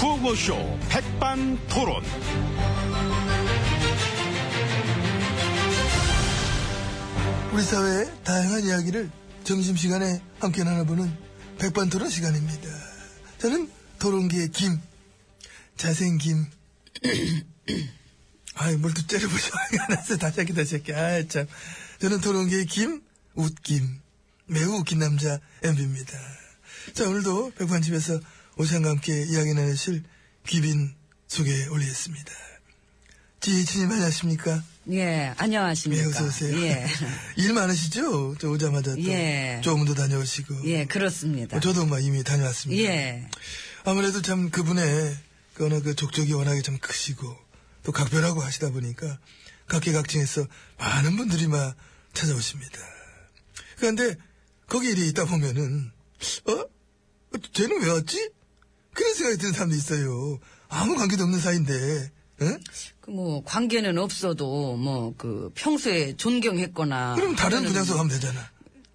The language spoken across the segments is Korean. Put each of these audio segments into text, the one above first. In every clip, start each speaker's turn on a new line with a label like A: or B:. A: 구호쇼 백반토론.
B: 우리 사회의 다양한 이야기를 점심시간에 함께 나눠보는 백반토론 시간입니다. 저는 토론기의 김, 자생김. 아이, 뭘 또 째려보셔. 알았어. 다시 할게, 다시 할게. 아, 참. 저는 토론기의 김, 웃김. 매우 웃긴 남자, MB입니다. 자, 오늘도 백반집에서 오찬과 함께 이야기 나누실 귀빈 소개 올리겠습니다. 지혜진님 안녕하십니까?
C: 예, 안녕하십니까.
B: 예, 어서오세요.
C: 예.
B: 일 많으시죠? 저 오자마자 또.
C: 예.
B: 조금 더 다녀오시고.
C: 예, 그렇습니다.
B: 어, 저도 막 이미 다녀왔습니다.
C: 예.
B: 아무래도 참 그분의 그 어느 그 족적이 워낙에 참 크시고 또 각별하고 하시다 보니까 각계각층에서 많은 분들이 막 찾아오십니다. 그런데 거기 일이 있다 보면은 어? 어, 쟤는 왜 왔지? 그런 생각이 드는 사람도 있어요. 아무 관계도 없는 사이인데. 응?
C: 그 뭐, 관계는 없어도, 뭐, 그, 평소에 존경했거나.
B: 그럼 다른
C: 아, 그러는-
B: 분야에서 가면 되잖아.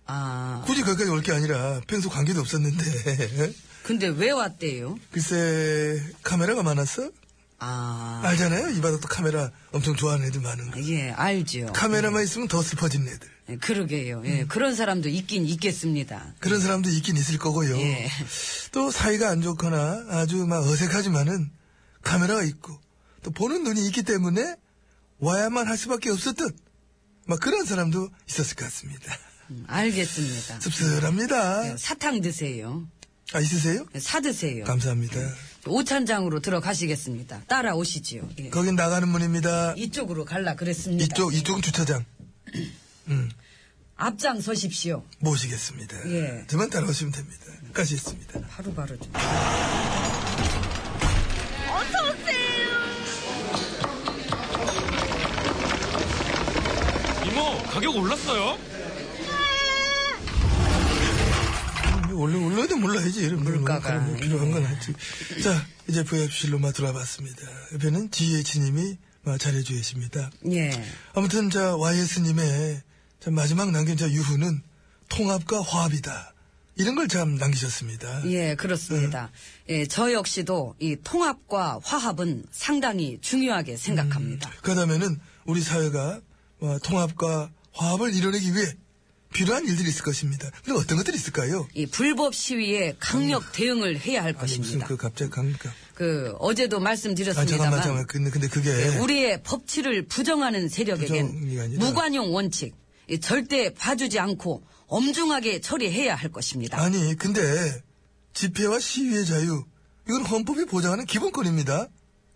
C: 아,
B: 굳이 거기까지 올 게 아니라 평소 관계도 없었는데
C: 근데 왜 왔대요?
B: 글쎄 카메라가 많았어?
C: 아,
B: 알잖아요 이 바닥도 카메라 엄청 좋아하는 애들 많은 거
C: 예, 알죠.
B: 카메라만 있으면 더 슬퍼진 애들
C: 예, 그러게요. 예, 그런 사람도 있긴 있겠습니다.
B: 그런 사람도 있긴 있을 거고요
C: 예.
B: 또 사이가 안 좋거나 아주 막 어색하지만은 카메라가 있고 또 보는 눈이 있기 때문에 와야만 할 수밖에 없었던 막 그런 사람도 있었을 것 같습니다
C: 음, 알겠습니다.
B: 씁쓸합니다
C: 예, 사탕 드세요.
B: 아 있으세요?
C: 예, 사드세요.
B: 감사합니다
C: 예. 오찬장으로 들어가시겠습니다. 따라오시지요. 예.
B: 거긴 나가는 문입니다
C: 이쪽으로 갈라 그랬습니다.
B: 이쪽 이쪽은 주차장
C: 앞장 서십시오.
B: 모시겠습니다.
C: 예.
B: 저만 따라오시면 됩니다. 까지 있습니다.
C: 바로바로 좀.
A: 이모, 가격 올랐어요?
B: 뭐 원래 올라도 몰라야지. 이런
C: 물가가, 예.
B: 물가가 필요한 건 아니지. 자, 이제 부엽실로 마 돌아봤습니다. 옆에는 GH님이 잘해주고 계십니다.
C: 예.
B: 아무튼 자 YS님의 마지막 남긴 자 유후는 통합과 화합이다. 이런 걸 참 남기셨습니다.
C: 예, 그렇습니다. 예, 저 역시도 이 통합과 화합은 상당히 중요하게 생각합니다.
B: 예. 음. 그러다면은 우리 사회가 어, 통합과 화합을 이뤄내기 위해 필요한 일들이 있을 것입니다. 그럼 어떤 것들이 있을까요?
C: 이 불법 시위에 강력 대응을 해야 할
B: 음. 아니 무슨
C: 것입니다.
B: 그
C: 그...
B: 갑자기 갑니까?
C: 어제도
B: 아, 잠깐만,
C: 말씀드렸습니다만
B: 잠깐만. 근데, 근데 그게.
C: 예, 우리의 법치를 부정하는
B: 부정이
C: 세력에겐
B: 아니라-
C: 무관용 원칙 이 절대 봐주지 않고 엄중하게 처리해야 할 것입니다.
B: 아니, 근데, 집회와 시위의 자유, 이건 헌법이 보장하는 기본권입니다.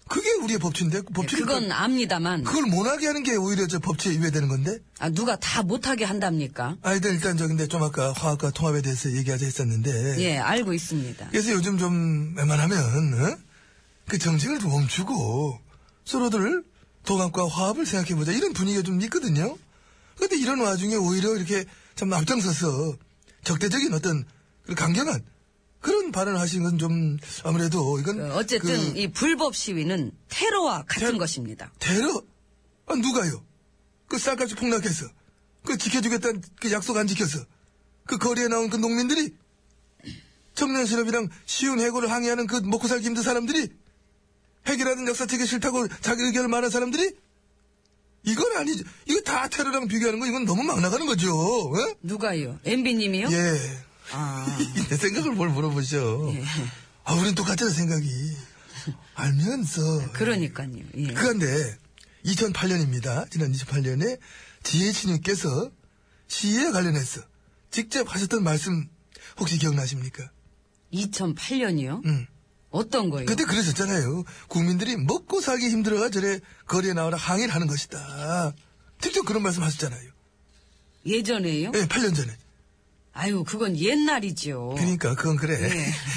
B: 그게 우리의 법치인데,
C: 예,
B: 법치
C: 그건 압니다만
B: 그걸 못하게 하는 게 오히려 저 법치에 위배되는 건데?
C: 아, 누가 다 못하게 한답니까?
B: 아, 일단, 일단, 저, 근데 좀 아까 화학과 통합에 대해서 얘기하자 했었는데.
C: 예, 알고 있습니다.
B: 그래서 요즘 좀, 웬만하면, 어? 그 정책을 좀 멈추고, 서로들 도감과 화합을 생각해보자. 이런 분위기가 좀 있거든요. 근데 이런 와중에 오히려 이렇게 참 앞장서서 적대적인 어떤 그런 강경한 그런 발언을 하시는 건 좀 아무래도 이건.
C: 그 어쨌든
B: 그
C: 이 불법 시위는 테러와 같은 것입니다.
B: 테러? 아, 누가요? 그 쌀값이 폭락해서, 그 지켜주겠다는 그 약속 안 지켜서, 그 거리에 나온 그 농민들이, 청년 실업이랑 쉬운 해고를 항의하는 그 먹고 살기 힘든 사람들이, 해결하는 역사책이 싫다고 자기 의견을 말한 사람들이, 이건 아니죠. 이거 다 테러랑 비교하는 거, 이건 너무 막 나가는 거죠. 어?
C: 누가요? 엠비님이요?
B: 예.
C: 아,
B: 내 생각을 뭘 물어보셔.
C: 예.
B: 아, 우린 똑같잖아, 생각이. 알면서.
C: 그러니까요. 예.
B: 그런데 2008년입니다. 지난 2008년에 GH님께서 시위에 관련해서 직접 하셨던 말씀 혹시 기억나십니까?
C: 2008년이요?
B: 음.
C: 어떤 거예요?
B: 그때 그러셨잖아요. 국민들이 먹고 살기 힘들어가 저래 거리에 나와라 항의를 하는 것이다. 직접 그런 말씀 하셨잖아요.
C: 예전에요?
B: 예, 8년 전에.
C: 아유, 그건 옛날이죠.
B: 그러니까 그건 그래.
C: 어.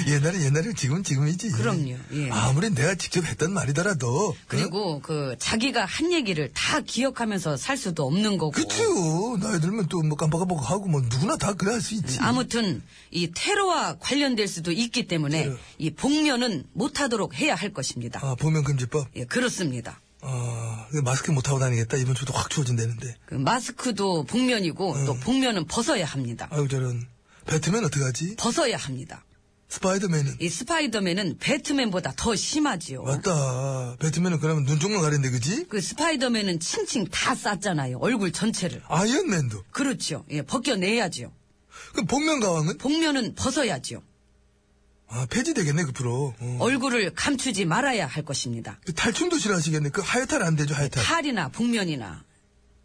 C: 예.
B: 옛날은 옛날이고 지금은 지금이지.
C: 그럼요, 예.
B: 아무리 내가 직접 했던 말이더라도. 어?
C: 그리고 그 자기가 한 얘기를 다 기억하면서 살 수도 없는 거고.
B: 그치요. 나이 들면 또 뭐 깜빡깜빡하고 뭐 누구나 다 그래 할 수 있지.
C: 음. 아무튼 이 테러와 관련될 수도 있기 때문에
B: 테러.
C: 이 복면은 못하도록 해야 할 것입니다.
B: 아, 보면 금지법.
C: 예, 그렇습니다.
B: 아, 근데 마스크 못 하고 다니겠다. 이번 주도 확 추워진다는데.
C: 그 마스크도
B: 예.
C: 복면이고 또 복면은 벗어야 합니다.
B: 아. 아유, 저런. 배트맨 어떡하지?
C: 벗어야 합니다.
B: 스파이더맨은.
C: 이 스파이더맨은 배트맨보다 더 심하지요.
B: 맞다. 배트맨은 그러면 눈 쪽만 가린데, 그지?
C: 그 스파이더맨은 칭칭 다 쌌잖아요. 얼굴 전체를.
B: 아이언맨도.
C: 그렇죠. 예, 벗겨내야지요.
B: 그 복면가왕은?
C: 복면은 벗어야지요.
B: 아, 폐지되겠네, 그 프로. 어.
C: 얼굴을 감추지 말아야 할 것입니다.
B: 그 탈춤도 싫어하시겠네. 그 하여탈 안 되죠, 하여탈.
C: 탈이나 복면이나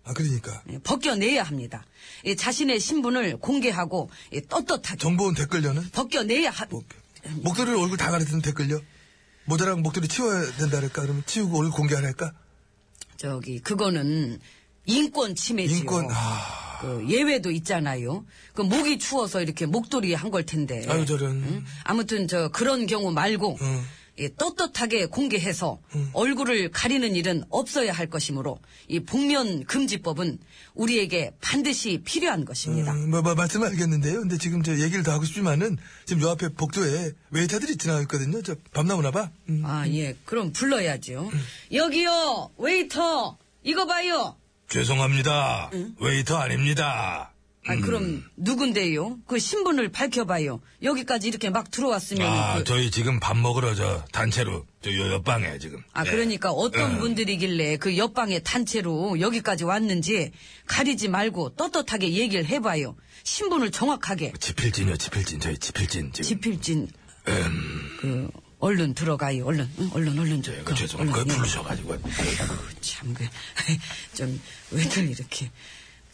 B: 아, 그러니까.
C: 예, 벗겨내야 합니다. 이 자신의 신분을 공개하고 예, 떳떳하게
B: 정보원 댓글려는?
C: 벗겨내야 하...
B: 목, 목도리를 얼굴 다 가리는 댓글려? 모자랑 목도리 치워야 된다랄까? 그러면 치우고 얼굴 공개하랄까?
C: 저기 그거는 인권 침해지요.
B: 인권, 아.
C: 그 예외도 있잖아요. 그 목이 추워서 이렇게 목도리 한 걸 텐데.
B: 아유, 저런.
C: 응? 아무튼 저 그런 경우 말고
B: 응.
C: 예, 떳떳하게 공개해서 얼굴을 가리는 일은 없어야 할 것이므로 이 복면 금지법은 우리에게 반드시 필요한 것입니다.
B: 음, 뭐, 뭐, 말씀 알겠는데요. 근데 지금 저 얘기를 더 하고 싶지만은, 지금 요 앞에 복도에 웨이터들이 지나가 있거든요. 저, 밤나오나 봐. 음.
C: 아, 예. 그럼 불러야죠. 여기요, 웨이터, 이거 봐요.
B: 죄송합니다. 웨이터 아닙니다.
C: 아, 그럼 누군데요? 그 신분을 밝혀봐요. 여기까지 이렇게 막 들어왔으면. 그-
B: 아, 저희 지금 밥 먹으러 저, 단체로, 저, 요 옆방에 지금.
C: 아, 그러니까 어떤
B: 네.
C: 분들이길래 그 옆방의 단체로 여기까지 왔는지 가리지 말고 떳떳하게 얘기를 해봐요. 신분을 정확하게.
B: 예. 지필진이요, 지필진. 저희 지필진 지금. 음,
C: 지필진. 그, 얼른 들어가요. 얼른, 응? 얼른, 얼른
B: 네,
C: 좀. 그, 얼른, 예.
B: 부르셔가지고.
C: 아이고, 참, 그, 좀, 왜들 이렇게,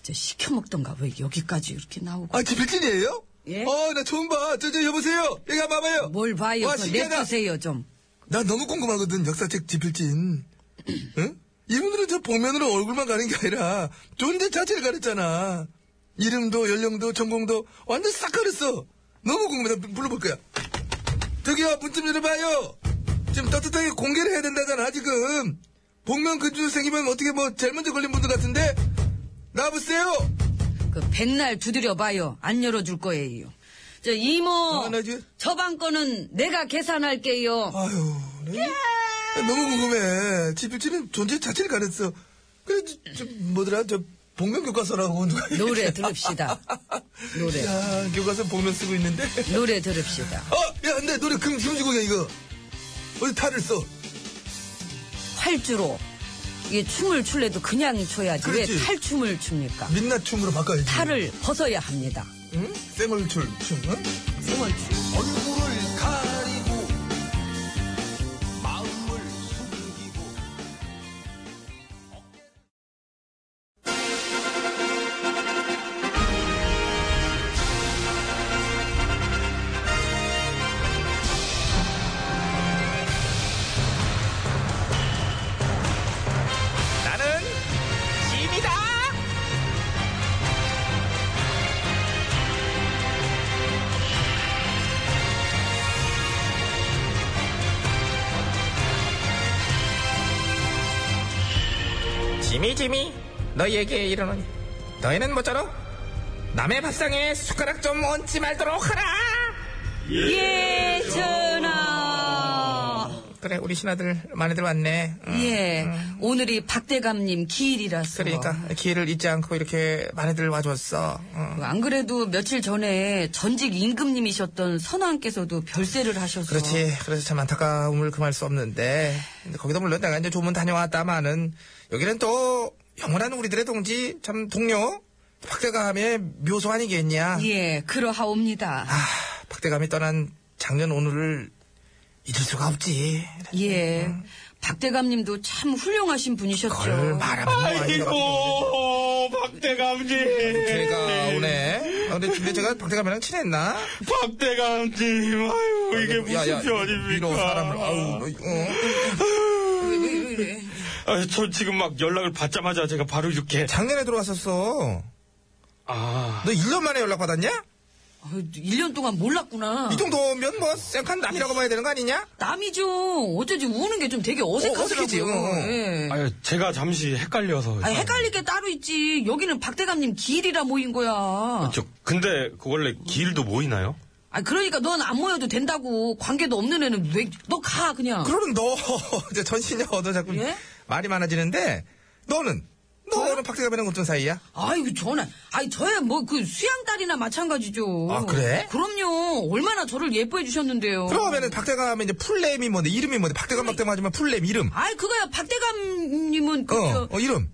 C: 저 시켜먹던가, 왜 여기까지 이렇게 나오고.
B: 아, 지필진이에요?
C: 예?
B: 어, 나 처음 봐. 저, 저, 여보세요. 여기 한번 봐봐요.
C: 뭘 봐요.
B: 와,
C: 그
B: 신기하다.
C: 내주세요, 좀.
B: 나 너무 궁금하거든, 역사책 지필진. 응? 이분들은 저 보면으로 얼굴만 가는 게 아니라 존재 자체를 가렸잖아. 이름도, 연령도, 전공도 완전 싹 가렸어. 너무 궁금해. 나 불러볼 거야. 저기요, 문 좀 열어봐요. 지금 따뜻하게 공개를 해야 된다잖아, 지금. 복면 근주생이면 어떻게 뭐 제일 먼저 걸린 분들 같은데? 나와보세요!
C: 그, 백날 두드려봐요. 안 열어줄 거예요. 저, 이모.
B: 아, 나 이제-
C: 저방 거는 내가 계산할게요.
B: 아유, 네. 너무 궁금해. 지필진은 존재 자체를 가렸어. 그래, 저, 저, 뭐더라, 저, 복면 교과서라고 누가
C: 노래
B: 얘기해.
C: 들읍시다. 노래.
B: 야, 교과서 복면 쓰고 있는데.
C: 노래 들읍시다.
B: 어, 야, 근데 노래 금, 금지곡이야, 이거. 어디 탈을 써.
C: 활주로. 이게 춤을 출래도 그냥 춰야지. 왜
B: 그렇지.
C: 탈춤을 춥니까?
B: 민낯 춤으로 바꿔야지.
C: 탈을 벗어야 합니다.
B: 응? 쌩얼출 춤, 응?
C: 생활춤.
D: 얼굴을 가리고 마음을 숨기고
A: 나는 짐이다.
E: 지미 지미 너희에게 이르노니 너희는 모쪼록 남의 밥상에 숟가락 좀 얹지 말도록 하라
C: 예, 전하.
E: 그래 우리 신하들 많이들 왔네 응.
C: 예, 오늘이 박대감님 기일이라서.
E: 그러니까 기회를 잊지 않고 이렇게 많이들 와줬어 응.
C: 그안 그래도 며칠 전에 전직 임금님이셨던 선왕께서도 별세를 하셔서.
E: 그렇지
A: 어.
E: 그래서 참 안타까움을 금할 수 없는데 근데 거기도 물론 내가 이제 조문 다녀왔다마는 여기는 또 영원한 우리들의 동지 참 동료 박대감의 묘소 아니겠냐
C: 예, 그러하옵니다.
E: 아 박대감이 떠난 작년 오늘을 잊을 수가 없지
C: 예. 박대감님도 참 훌륭하신 분이셨죠.
E: 그걸 말하면 뭐 아니라고.
A: 아이고 박대감님,
E: 걔가 오네. 아, 근데, 근데 제가 박대감이랑 친했나?
A: 박대감님, 아유 이게
E: 야, 야,
A: 무슨
E: 위로
A: 편입니까?
E: 사람을, 아우, 너, 어.
C: 왜, 왜, 왜 이래.
A: 아, 저 지금 막 연락을 받자마자 제가 바로 이렇게.
E: 작년에 들어왔었어.
A: 아,
E: 너 1년 만에 연락받았냐?
C: 아유, 1년 동안 몰랐구나.
E: 이 정도면 뭐, 쌩칸 남이라고 봐야 되는 거 아니냐?
C: 남이죠. 어쩐지 우는 게 좀 되게 어색하더라고요.
E: 어색하지, 어, 어.
C: 예.
A: 아유 제가 잠시 헷갈려서.
C: 아, 헷갈릴 게 따로 있지. 여기는 박대감님 기일이라 모인 거야.
E: 그렇죠.
A: 저 근데 그 원래 길도 모이나요?
C: 아, 그러니까 넌 안 모여도 된다고. 관계도 없는 애는 왜, 너 가, 그냥.
E: 그러면 너, 이제 전신이야, 너 자꾸
C: 예?
E: 말이 많아지는데, 너는 너는 박대감이랑 어떤 사이야?
C: 아이고 저는 아이 저야 뭐 그 수양딸이나 마찬가지죠.
E: 아, 그래?
C: 그럼요. 얼마나 저를 예뻐해 주셨는데요.
E: 그러면은 박대감이 이제 풀네임이 뭔데 이름이 뭔데 박대감 박대감 하지만 풀네임 이름.
C: 아이 그거야 박대감님은 그 저,
E: 어, 어 이름.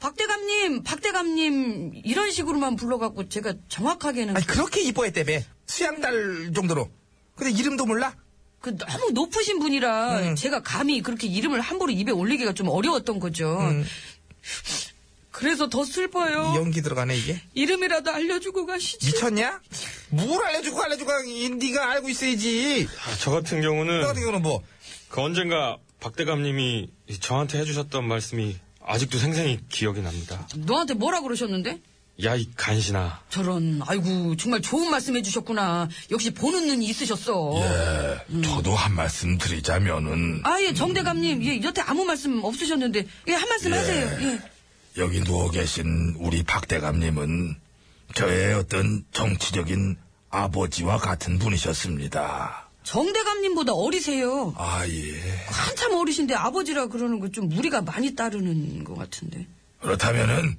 C: 박대감님 박대감님 이런 식으로만 불러갖고 제가 정확하게는
E: 아니 그렇게 이뻐했대며 수양달 정도로. 근데 이름도 몰라?
C: 그 너무 높으신 분이라
E: 음.
C: 제가 감히 그렇게 이름을 함부로 입에 올리기가 좀 어려웠던 거죠. 그래서 더
E: 음. 이
C: 슬퍼요.
E: 연기 들어가네 이게.
C: 이름이라도 알려주고 가시지.
E: 미쳤냐? 뭘 알려주고 알려주고 이- 네가 알고 있어야지.
A: 아, 저 같은 경우는
E: 너 같은 경우는 뭐?
A: 그 언젠가 박대감님이 저한테 해주셨던 말씀이 아직도 생생히 기억이 납니다.
C: 너한테 뭐라 그러셨는데?
A: 야 이 간신아.
C: 저런 아이고 정말 좋은 말씀 해주셨구나. 역시 보는 눈이 있으셨어.
E: 예.
F: 네, 저도 한 말씀 드리자면은
C: 아예 정대감님 예, 여태 아무 말씀 없으셨는데 예 한 말씀 하세요. 예.
F: 여기 누워 계신 우리 박대감님은 저의 어떤 정치적인 아버지와 같은 분이셨습니다.
C: 정대감님보다 어리세요.
F: 아 예.
C: 한참 어리신데 아버지라 그러는 거 좀 무리가 많이 따르는 것 같은데.
F: 그렇다면은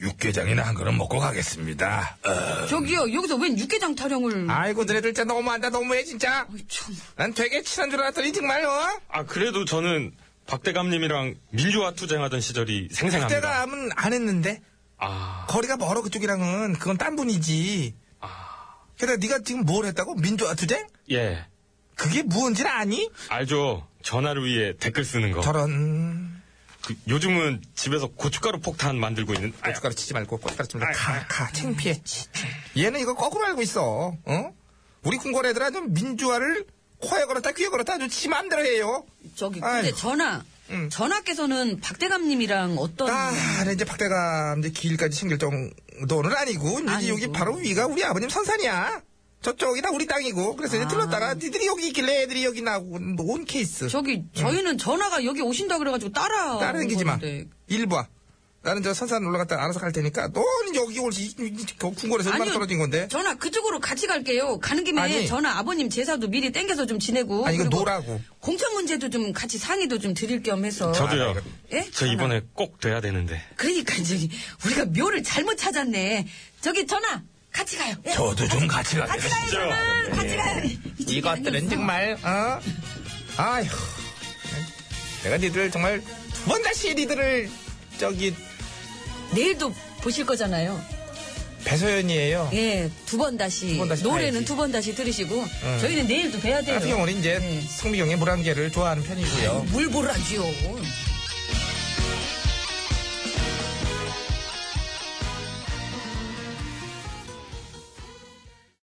F: 육개장이나 한 그릇 먹고 가겠습니다. 어,
C: 저기요 여기서 웬 육개장 타령을?
E: 아이고 너네들 진짜 너무한다 너무해 진짜.
C: 아이, 참.
E: 난 되게 친한 줄 알았더니 정말 어?
A: 아 그래도 저는 박대감님이랑 민주화 투쟁하던 시절이 생생합니다.
E: 박대감은 안 했는데
A: 아
E: 거리가 멀어 그쪽이랑은 그건 딴 분이지.
A: 아.
E: 게다가 네가 지금 뭘 했다고? 민주화 투쟁?
A: 예.
E: 그게 무언지 아니?
A: 알죠. 전화를 위해 댓글 쓰는 거.
E: 저런
A: 그 요즘은 집에서 고춧가루 폭탄 만들고 있는. 아유,
E: 고춧가루 치지 말고 고춧가루 치면 가가 창피해. 얘는 이거 거꾸로 알고 있어. 어? 우리 궁궐 애들아 좀 민주화를 코에 걸었다 귀에 걸었다 아주 지 마음대로 해요.
C: 저기 근데
E: 아이고.
C: 전하 전하께서는 박대감님이랑 어떤
E: 아, 나는 이제 박대감 이제 길까지 챙길 정도는 아니고 이제
C: 아니고.
E: 여기 바로 위가 우리 아버님 선산이야. 저쪽이 다 우리 땅이고 그래서 이제
C: 아.
E: 들렀다가 니들이 여기 있길래 애들이 여기 나고 온 케이스.
C: 저기 저희는 전하가 여기 오신다 그래가지고 따라
E: 다른 기지 마. 일봐. 나는 저 선산 올라갔다 알아서 갈 테니까 너는 여기 올지 궁궐에서 얼마나 떨어진 건데.
C: 전하 그쪽으로 같이 갈게요. 가는 김에
E: 아니.
C: 전하 아버님 제사도 미리 땡겨서 좀 지내고.
E: 아니, 이거
C: 그리고
E: 노라고.
C: 공천 문제도 좀 같이 상의도 좀 드릴 겸
E: 아,
C: 해서.
A: 저도요.
E: 네.
C: 예?
A: 저
C: 전화.
A: 이번에 꼭 돼야 되는데.
C: 그러니까 저기 우리가 묘를 잘못 찾았네. 저기 전하 같이 가요. 예.
F: 저도 좀 같이 가겠습니다.
C: 같이 가요, 전하. 같이 가요.
E: 이것들은 정말 어? 아휴 내가 니들 정말 두 번 다시 니들을 저기
C: 내일도 보실 거잖아요.
E: 배소연이에요.
C: 예, 두 번 다시,
E: 번 다시
C: 노래는
E: 봐야지.
C: 두 번 다시 들으시고 저희는 내일도 봬야 돼요.
E: 같은 경우는 이제
C: 네.
E: 성미경의 물안개를 좋아하는 편이고요.
C: 물 보라지요.